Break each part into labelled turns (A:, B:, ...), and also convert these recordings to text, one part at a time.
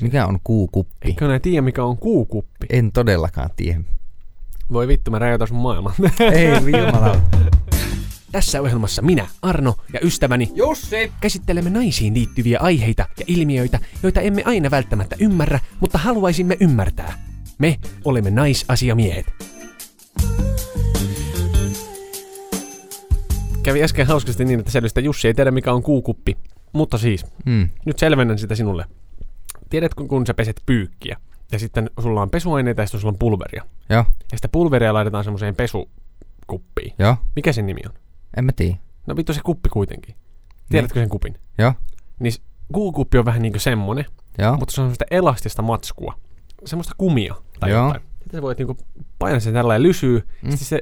A: Mikä on kuukuppi?
B: Eikö ne tiedä, mikä on kuukuppi?
A: En todellakaan tiedä.
B: Voi vittu, mä räjäytän sun maailman.
A: Ei, jumala.
B: Tässä ohjelmassa minä, Arno ja ystäväni
A: Jussi!
B: käsittelemme naisiin liittyviä aiheita ja ilmiöitä, joita emme aina välttämättä ymmärrä, mutta haluaisimme ymmärtää. Me olemme naisasiamiehet. Kävi äsken hauskasti niin, että selvisi, että Jussi ei tiedä mikä on kuukuppi. Mutta siis,
A: Mm.
B: nyt selvennän sitä sinulle. Tiedät, kun- kun sä peset pyykkiä, ja sitten sulla on pesuaineita ja sitten sulla on pulveria.
A: Joo,
B: Ja sitä pulveria laitetaan semmoiseen pesukuppiin.
A: joo.
B: Mikä sen nimi on?
A: En mä tiedä.
B: No vittu se kuppi kuitenkin. Tiedätkö sen kupin?
A: Joo,
B: Niin s- kuukuppi on vähän niinku semmonen,
A: joo.
B: mutta se on semmoista elastista matskua. Semmoista kumia tai
A: Joo.
B: Joo. jotain. Sitten sä voit niinku painaa sen tällä ja lysyy.
A: Mm.
B: Mm. Sitten se,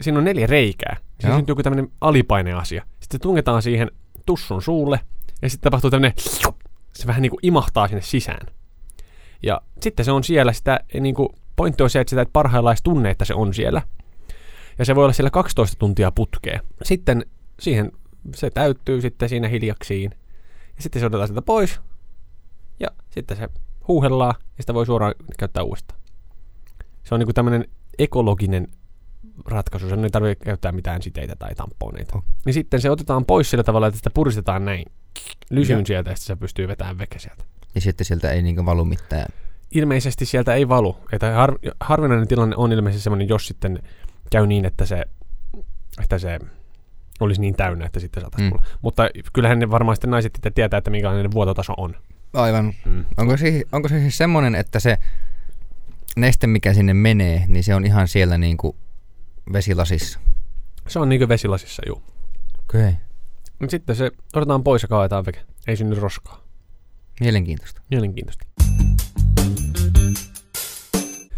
B: siinä on neljä reikää.
A: Joo.
B: Siinä syntyy joku tämmönen alipaineasia. Sitten se tungetaan siihen tussun suulle. Ja sitten tapahtuu tämmönen... Se vähän niinku imahtaa sinne sisään. Ja sitten se on siellä sitä... Niinku, pointti on se, että sitä et parhaillaan edes tunne, että se on siellä. Ja se voi olla siellä 12 tuntia putkea. Sitten siihen se täyttyy sitten siinä hiljaksiin. Ja sitten se otetaan sieltä pois. Ja sitten se huuhellaan ja sitä voi suoraan käyttää uudestaan. Se on niinku tämmöinen ekologinen ratkaisu. Sen ei tarvitse käyttää mitään siteitä tai tamponeita.
A: Oh.
B: Niin sitten se otetaan pois sillä tavalla, että sitä puristetaan näin. Lysyyn
A: Joo.
B: sieltä ja sitten se pystyy vetämään veke sieltä.
A: Ja sitten sieltä ei niinku valu mitään.
B: Ilmeisesti sieltä ei valu. Että har, harvinainen tilanne on ilmeisesti semmoinen, jos sitten käy niin, että se, että se olisi niin täynnä, että sitten saataisiin
A: Mm.
B: mm. Mutta kyllähän ne varmaan sitten naiset itse tietää, että minkälainen vuototaso on.
A: Aivan.
B: Mm.
A: Onko, siis, onko se siis semmonen, että se neste, mikä sinne menee, niin se on ihan siellä niinku vesilasissa?
B: Se on niin kuin vesilasissa, juu.
A: Okei. Okay.
B: Mut sitten se otetaan pois ja kaadetaan veke. Ei synny roskaa.
A: Mielenkiintoista.
B: Mielenkiintoista.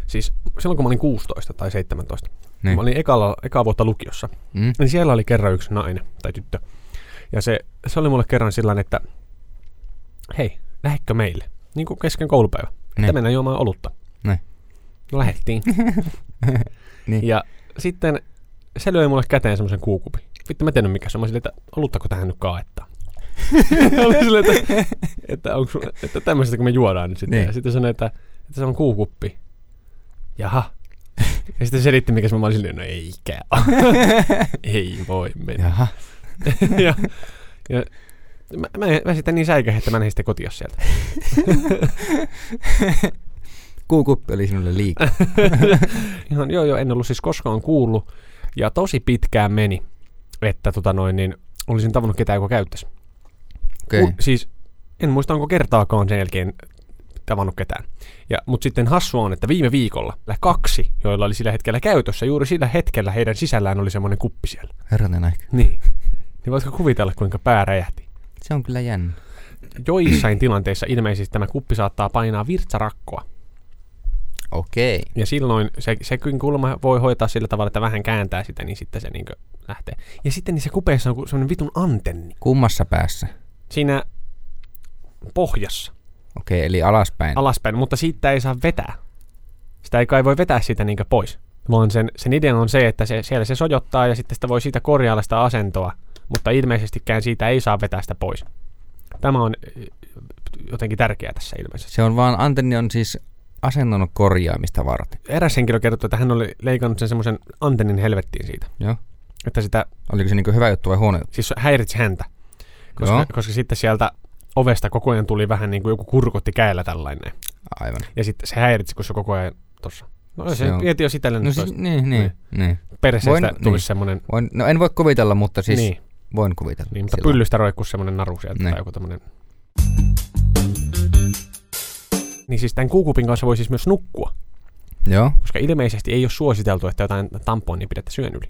B: Siis silloin kun mä olin 16 tai 17,
A: Niin.
B: niin. mä olin ekalla, ekaa vuotta lukiossa,
A: Mm.
B: niin siellä oli kerran yksi nainen tai tyttö. Ja se, se oli mulle kerran sillä että hei, lähetkö meille? Niin kuin kesken koulupäivä.
A: Niin.
B: Että mennään juomaan olutta.
A: Niin.
B: No lähettiin.
A: Niin.
B: Ja sitten se löi mulle käteen semmoisen kuukupin. Vittu mä en tiennyt mikä se on. Mä silleen, että oluttako tähän nyt kaettaa? oli silleen, että, että, onko, sun- että tämmöistä kun me juodaan nyt sitten.
A: Niin.
B: Ja sitten sanoi, että, että se on kuukuppi. Jaha. Ja sitten selitti, mikä se on. mä olin silleen, no eikä ole. Ei voi mennä.
A: Jaha.
B: ja, ja mä, mä, mä sitten niin säikähdin, että mä lähdin sitten kotiin sieltä.
A: Kuukuppi oli sinulle
B: Äh,
A: liikaa.
B: Ihan, joo, joo, en ollut siis koskaan kuullut. Ja tosi pitkään meni, että tota noin, niin olisin tavannut ketään, joka käyttäisi.
A: Okei. Okay.
B: Siis en muista, onko kertaakaan sen jälkeen tavannut ketään. Ja, mutta sitten hassua on, että viime viikolla kaksi, joilla oli sillä hetkellä käytössä, juuri sillä hetkellä heidän sisällään oli semmoinen kuppi siellä.
A: Herranen aika.
B: Niin. Niin voitko kuvitella, kuinka pää räjähti?
A: Se on kyllä jännä.
B: Joissain tilanteissa ilmeisesti tämä kuppi saattaa painaa virtsarakkoa.
A: Okei. Okay.
B: Ja silloin se, sekin kulma voi hoitaa sillä tavalla, että vähän kääntää sitä, niin sitten se niinkö lähtee. Ja sitten niissä kupeissa on ku- semmoinen vitun antenni.
A: Kummassa päässä?
B: Siinä pohjassa,
A: Okei, okay, eli alaspäin.
B: alaspäin, mutta siitä ei saa vetää. Sitä ei kai voi vetää siitä niinkö pois. Vaan sen, sen idea on se, että se, siellä se sojottaa ja sitten sitä voi siitä korjailla sitä asentoa. Mutta ilmeisestikään siitä ei saa vetää sitä pois. Tämä on eh, jotenkin tärkeää tässä ilmeisesti.
A: Se on vaan, antenni on siis asennon korjaamista varten.
B: Eräs henkilö kertoi, että hän oli leikannut sen semmoisen antennin helvettiin siitä.
A: Joo.
B: Että sitä
A: Oliko se niinku hyvä juttu vai huono juttu?
B: siis häiritsi häntä.
A: Joo.
B: Koska, koska sitten sieltä ovesta koko ajan tuli vähän niin kuin joku kurkotti käellä tällainen.
A: Aivan.
B: Ja sitten se häiritsi, kun se koko ajan tuossa. No
A: Se
B: se
A: on-
B: mieti jo sitä
A: No
B: no,
A: siis, niin, niin, niin.
B: perseestä
A: voin-
B: tulisi
A: niin.
B: semmoinen,
A: Voin, no en voi kuvitella, mutta siis
B: siis,
A: niin.
B: niin,
A: voin kuvitella.
B: niin, mutta
A: sillä-
B: pyllystä roikkuu semmoinen naru sieltä
A: Niin.
B: tai joku tämmöinen. Niin siis tämän kuukupin kanssa voi siis myös nukkua,
A: Joo,
B: koska ilmeisesti ei ole suositeltu, että jotain tamponia pidätte syön yli.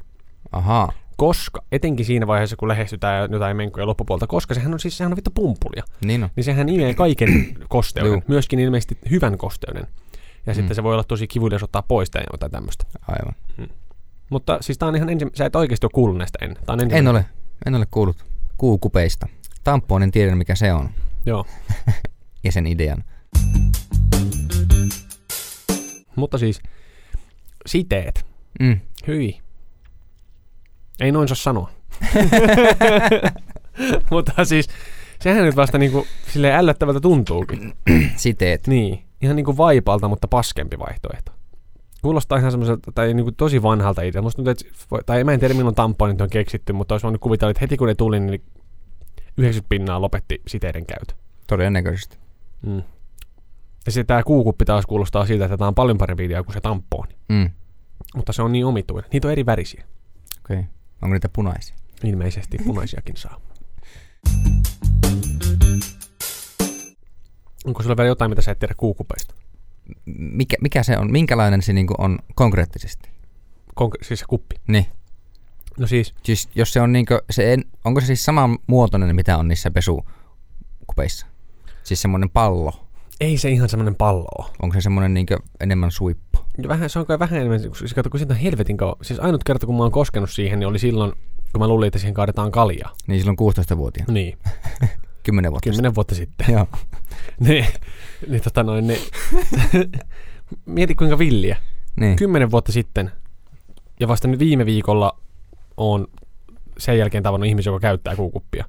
A: ahaa.
B: Koska, etenkin siinä vaiheessa, kun lähestytään jotain menkkoja loppupuolta, koska sehän on siis sehän on vittu pumpulia.
A: Niin on.
B: niin sehän imee kaiken kosteuden,
A: Juu.
B: myöskin ilmeisesti hyvän kosteuden. Ja
A: Mm.
B: mm. sitten se voi olla tosi kivulias ottaa pois tai jotain tämmöistä.
A: Aivan.
B: Mutta siis tää on ihan ensimmäinen, sä et oikeasti ole kuullut näistä ennen. Tää on
A: En
B: ensimmäinen.
A: ole, en ole kuullut kuukupeista. Tamponin tiedän, mikä se on
B: Joo.
A: ja sen idean.
B: Mutta siis siteet.
A: Mm.
B: Hyi. Ei noin saa sanoa. Mutta siis Sehän nyt vasta niinku silleen ällöttävältä tuntuukin.
A: Siteet.
B: Niin. Ihan niinku vaipalta, mutta paskempi vaihtoehto. Kuulostaa ihan semmoiselta, tai niinku tosi vanhalta idealta. Musta tuntuu, että, voi- tai mä en tiedä milloin tamponit on keksitty, mutta olisi voinut kuvitella, että heti kun ne tuli, niin 90 pinnaa lopetti siteiden käytö.
A: Todennäköisesti.
B: Mm. Ja se tämä kuukuppi taas kuulostaa siltä, että tämä on paljon parempi idea kuin se tamponi.
A: Mm.
B: Mutta se on niin omituinen. Niitä on eri värisiä.
A: Okei. Okay. Onko niitä punaisia?
B: Ilmeisesti punaisiakin saa. Onko sulla vielä jotain, mitä sä et tiedä kuukupeista?
A: Mikä, mikä se on? Minkälainen se niinku on konkreettisesti?
B: Konk- siis se kuppi.
A: Niin.
B: No siis,
A: Siis jos se on niinku, se en, onko se siis samanmuotoinen, mitä on niissä pesukupeissa? Siis semmoinen pallo.
B: ei se ihan semmoinen pallo ole.
A: Onko se semmoinen niinku enemmän suippu?
B: Vähän, se on kai vähän enemmän, siis kato, kun siitä on helvetin kauan. Siis ainut kerta, kun mä oon koskenut siihen, niin oli silloin, kun mä luulin, että siihen kaadetaan kaljaa.
A: Niin silloin 16-vuotiaana.
B: Niin,
A: 10 vuotta
B: kymmenen vuotta sitten.
A: sitten. Joo.
B: niin, niin, tota noin, niin. Mieti kuinka villiä.
A: Niin.
B: kymmenen vuotta sitten, ja vasta nyt viime viikolla on sen jälkeen tavannut ihmisiä, joka käyttää kuukuppia.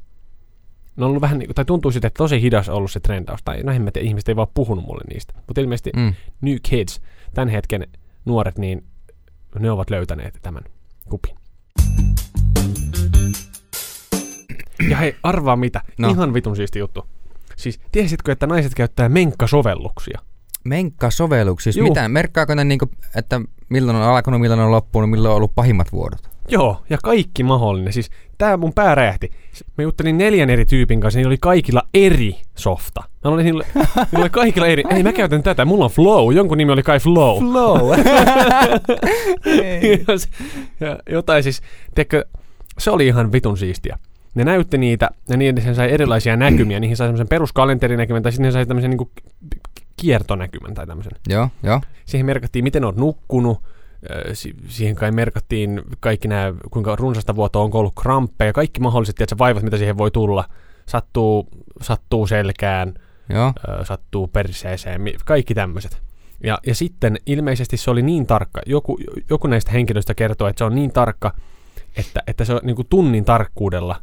B: Ne on ollut vähän, niinku- tai tuntuu siltä, että tosi hidas on ollut se trendaus. Tai no en mä tiedä, ihmiset ei vaan puhunut mulle niistä. Mutta ilmeisesti
A: Mm.
B: New Kids, tämän hetken nuoret, niin ne ovat löytäneet tämän kupin. Ja hei, arvaa mitä. No.
A: No.
B: Ihan vitun siisti juttu. Siis tiesitkö, että naiset käyttää menkkasovelluksia?
A: Menkka-sovelluksissa.
B: Juu.
A: Mitä? Merkkaako ne, niinku, että milloin on alkanut, milloin on loppunut, milloin on ollut pahimmat vuodot?
B: Joo, ja kaikki mahdollinen. Siis tää mun pää räjähti. Mä juttelin neljän eri tyypin kanssa, niillä oli kaikilla eri softa. Mä olin niillä, niillä oli kaikilla eri. Ei, mä käytän tätä, mulla on Flow. Jonkun nimi oli kai Flow.
A: Flow.
B: Ja se- ja jotain siis, tiedätkö, se oli ihan vitun siistiä. Ne näytti niitä, ja niiden sen sai erilaisia näkymiä. Niihin sai semmoisen peruskalenterinnäkymän, tai sitten ne sai tämmöisen niinku kiertonäkymän tai tämmöisen.
A: joo, joo.
B: Siihen merkattiin, miten on nukkunut. Ö, si- Siihen kai merkattiin kaikki nämä, kuinka runsasta vuotta on ollut kramppeja, kaikki mahdolliset tiedätkö, vaivat, mitä siihen voi tulla. Sattuu, sattuu selkään,
A: Joo.
B: ö, sattuu perseeseen, mi- kaikki tämmöiset. Ja, ja sitten ilmeisesti se oli niin tarkka, joku, joku näistä henkilöistä kertoo, että se on niin tarkka, että, että se on niin kuin tunnin tarkkuudella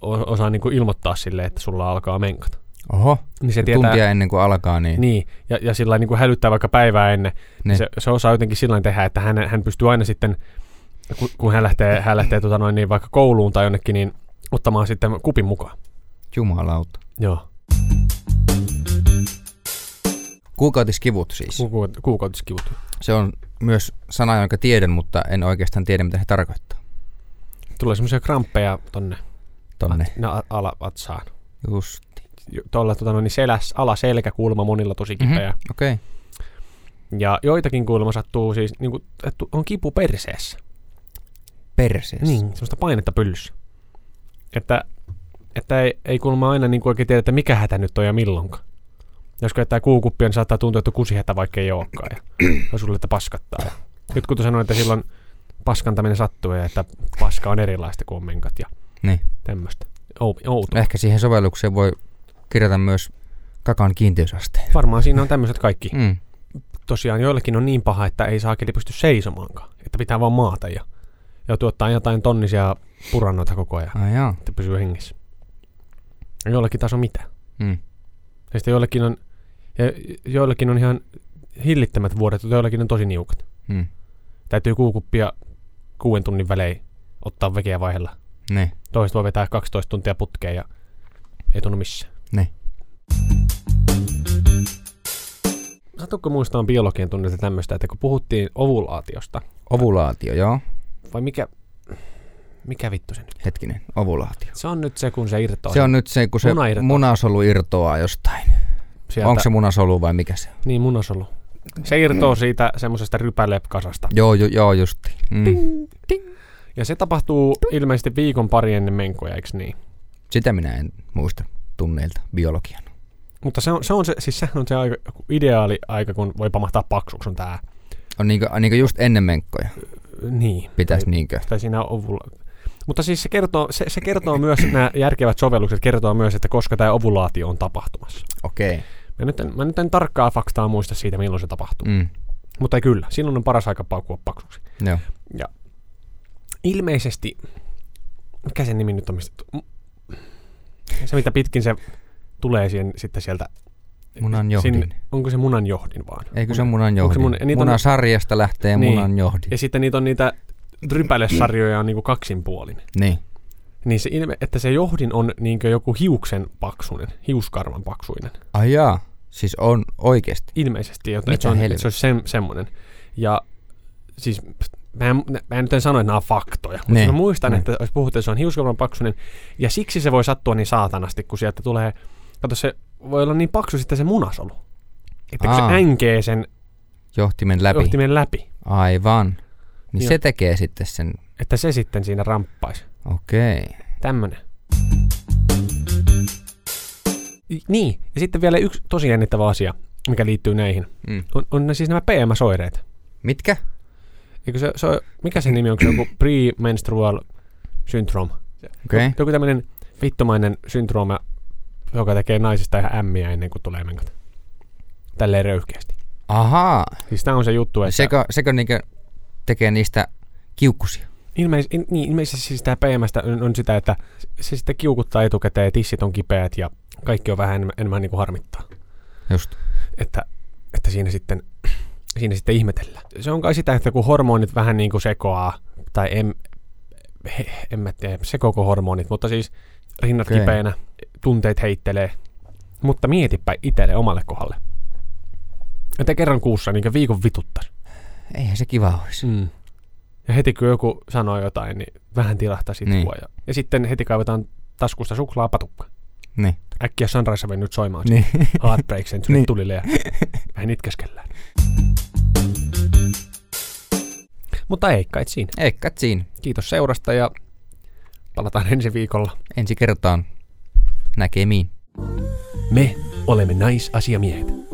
B: o- osaa niin kuin ilmoittaa sille, että sulla alkaa menkata.
A: Oho.
B: Niin se tietää,
A: Tuntia ennen kuin alkaa, niin, niin.
B: niin, ja, ja sillä niin kuin hälyttää vaikka päivää ennen. Niin.
A: Niin.
B: Se, se, osaa jotenkin sillä lailla tehdä, että hän, hän pystyy aina sitten, kun, kun hän lähtee, hän lähtee tota noin, niin vaikka kouluun tai jonnekin, niin ottamaan sitten kupin mukaan.
A: jumalauta.
B: Joo,
A: Kuukautiskivut siis.
B: Kuukaut- kuukautiskivut.
A: Se on myös sana, jonka tiedän, mutta en oikeastaan tiedä, mitä se tarkoittaa.
B: Tulee semmoisia kramppeja tonne
A: Tonne.
B: At, no, alavatsaan.
A: Just.
B: Tuolla tota, noin, seläs, alaselkäkulma monilla tosi
A: Mhm.
B: kipeä. Mm-hmm.
A: Okei. Okay.
B: Ja joitakin kuulemma sattuu siis, niin kuin, että on kipu perseessä.
A: Perseessä.
B: Niin, semmoista painetta pyllyssä. Että, että ei, ei kuulemma aina niin oikein tiedä, että mikä hätä nyt on ja milloinkaan. Jos käyttää kuukuppia, niin saattaa tuntua, että on kusihätä, vaikka ei olekaan. Ja on sulle, että paskattaa. Ja jotkut on sanonut, että silloin paskantaminen sattuu ja että paska on erilaista kuin on menkat ja
A: Niin.
B: tämmöistä. Outo.
A: Ehkä siihen sovellukseen voi kirjata myös kakan kiinteysaste.
B: Varmaan siinä on tämmöiset kaikki.
A: Mm.
B: tosiaan joillekin on niin paha, että ei saakeli pysty seisomaankaan. Että pitää vaan maata ja, ja tuottaa jotain tonnisia purannoita koko ajan,
A: Ai Ah, jaa.
B: että pysyy hengissä. Ja joillekin taas on mitä.
A: Mm.
B: Ja sitten joillekin on, ja joillekin on ihan hillittämät vuodet, mutta joillekin on tosi niukat.
A: Mm.
B: Täytyy kuukuppia kuuden tunnin välein ottaa vekeä vaihella.
A: Niin.
B: Toiset voi vetää 12 tuntia putkeen ja ei tunnu missään.
A: Niin.
B: Satutko muistamaan biologian tunnilta tämmöistä, että kun puhuttiin ovulaatiosta,
A: Ovulaatio, joo.
B: Vai mikä, mikä vittu se nyt?
A: Hetkinen, ovulaatio.
B: Se on nyt se, kun se irtoaa
A: Se on nyt se, kun se
B: Muna irtoaa.
A: munasolu irtoaa jostain.
B: sieltä.
A: Onko se munasolu vai mikä se on?
B: Niin, munasolu. Se irtoaa siitä semmoisesta rypälepkasasta.
A: Joo, jo, joo justi. Mm.
B: Ja se tapahtuu ilmeisesti viikon pari ennen menkoja, eikö niin?
A: Sitä minä en muista tunneilta biologian.
B: Mutta se on se, on se siis sehän on se aika, ideaali aika, kun voi pamahtaa paksuksi on tää.
A: On niinkö, niinkö just ennen menkkoja
B: Niin.
A: pitäisi niinkö?
B: Tai siinä ovulla. Mutta siis se kertoo, se, se kertoo myös, nämä järkevät sovellukset kertoo myös, että koska tämä ovulaatio on tapahtumassa.
A: Okei. Okay.
B: Mä nyt en, mä nyt en tarkkaa faktaa muista siitä, milloin se tapahtuu. Mm.
A: Mm.
B: Mutta kyllä, silloin on paras aika paukkua paksuksi.
A: Joo.
B: ilmeisesti, mikä sen nimi nyt on, mistä, tu- Mm. Se, mitä pitkin se tulee siihen, sitten sieltä...
A: Munan johdin.
B: Sinne- onko se munan johdin vaan?
A: Eikö se ole munan
B: Onko se
A: johdin?
B: mun-
A: Mun,
B: niitä on-
A: munan sarjasta lähtee
B: Niin.
A: niin. munan johdin.
B: Ja sitten niitä on niitä rypälesarjoja on niinku kaksinpuolinen.
A: Niin.
B: Niin se ilme, että se johdin on niinkö joku hiuksen paksuinen, hiuskarvan paksuinen.
A: Ai jaa. Siis on oikeesti.
B: Ilmeisesti, jotta
A: Mitä
B: että se, on, että se
A: helvettiä?
B: olisi sem, semmoinen. Ja siis pst, mä en, mä en nyt en sano, että nämä on faktoja, mutta
A: Niin,
B: mä muistan,
A: niin.
B: että olisi puhuttu, että se on hiuskarvan paksuinen. Ja siksi se voi sattua niin saatanasti, kun sieltä tulee, kato se voi olla niin paksu sitten se munasolu. Että kun se
A: Aa.
B: änkee sen
A: Johtimen läpi.
B: läpi.
A: Johtimen.
B: johtimen läpi,
A: Aivan. Niin
B: Joo.
A: se tekee sitten sen.
B: että se sitten siinä ramppaisi.
A: Okei. Okay.
B: Tämmönen. I- Niin, ja sitten vielä yksi tosi jännittävä asia, mikä liittyy näihin,
A: Mm.
B: on, on ne siis nämä PMS-oireet.
A: Mitkä?
B: Eikö se, se, on- mikä se nimi on, onko se joku premenstrual syndrome?
A: Okei. Okay.
B: Joku tämmöinen vittomainen syndrooma, joka tekee naisista ihan ämmiä ennen kuin tulee menkat. Tälleen röyhkeästi.
A: Ahaa.
B: Siis tää on se juttu, että
A: Sekö, sekö niinkö tekee niistä kiukkusia?
B: ilmeis, in, niin, ilmeisesti siis tää PMS on, on sitä, että se sitten kiukuttaa etukäteen, tissit on kipeät ja kaikki on vähän enemmän, enemmän niin kuin harmittaa.
A: Just.
B: että, että siinä, sitten, siinä sitten ihmetellään. Se on kai sitä, että kun hormonit vähän niin kuin sekoaa, tai en, he, en mä tiedä, sekoako hormonit, mutta siis rinnat okay.
A: Okei.
B: kipeänä, tunteet heittelee. Mutta mietipä itselle omalle kohdalle. Että kerran kuussa niin viikon vituttaa.
A: Eihän se kiva olisi.
B: Mm. Ja heti kun joku sanoo jotain, niin vähän tilahtaa sitkua.
A: Niin.
B: Ja, ja sitten heti kaivetaan taskusta suklaapatukka.
A: Niin.
B: Äkkiä Sunrise on nyt soimaan.
A: Niin.
B: Heartbreak Century niin.
A: Niin.
B: tulille ja vähän itkeskellään. Mutta ei kai siinä.
A: Ei kai siinä.
B: Kiitos seurasta ja palataan ensi viikolla.
A: Ensi kertaan näkemiin.
B: Me olemme naisasiamiehet.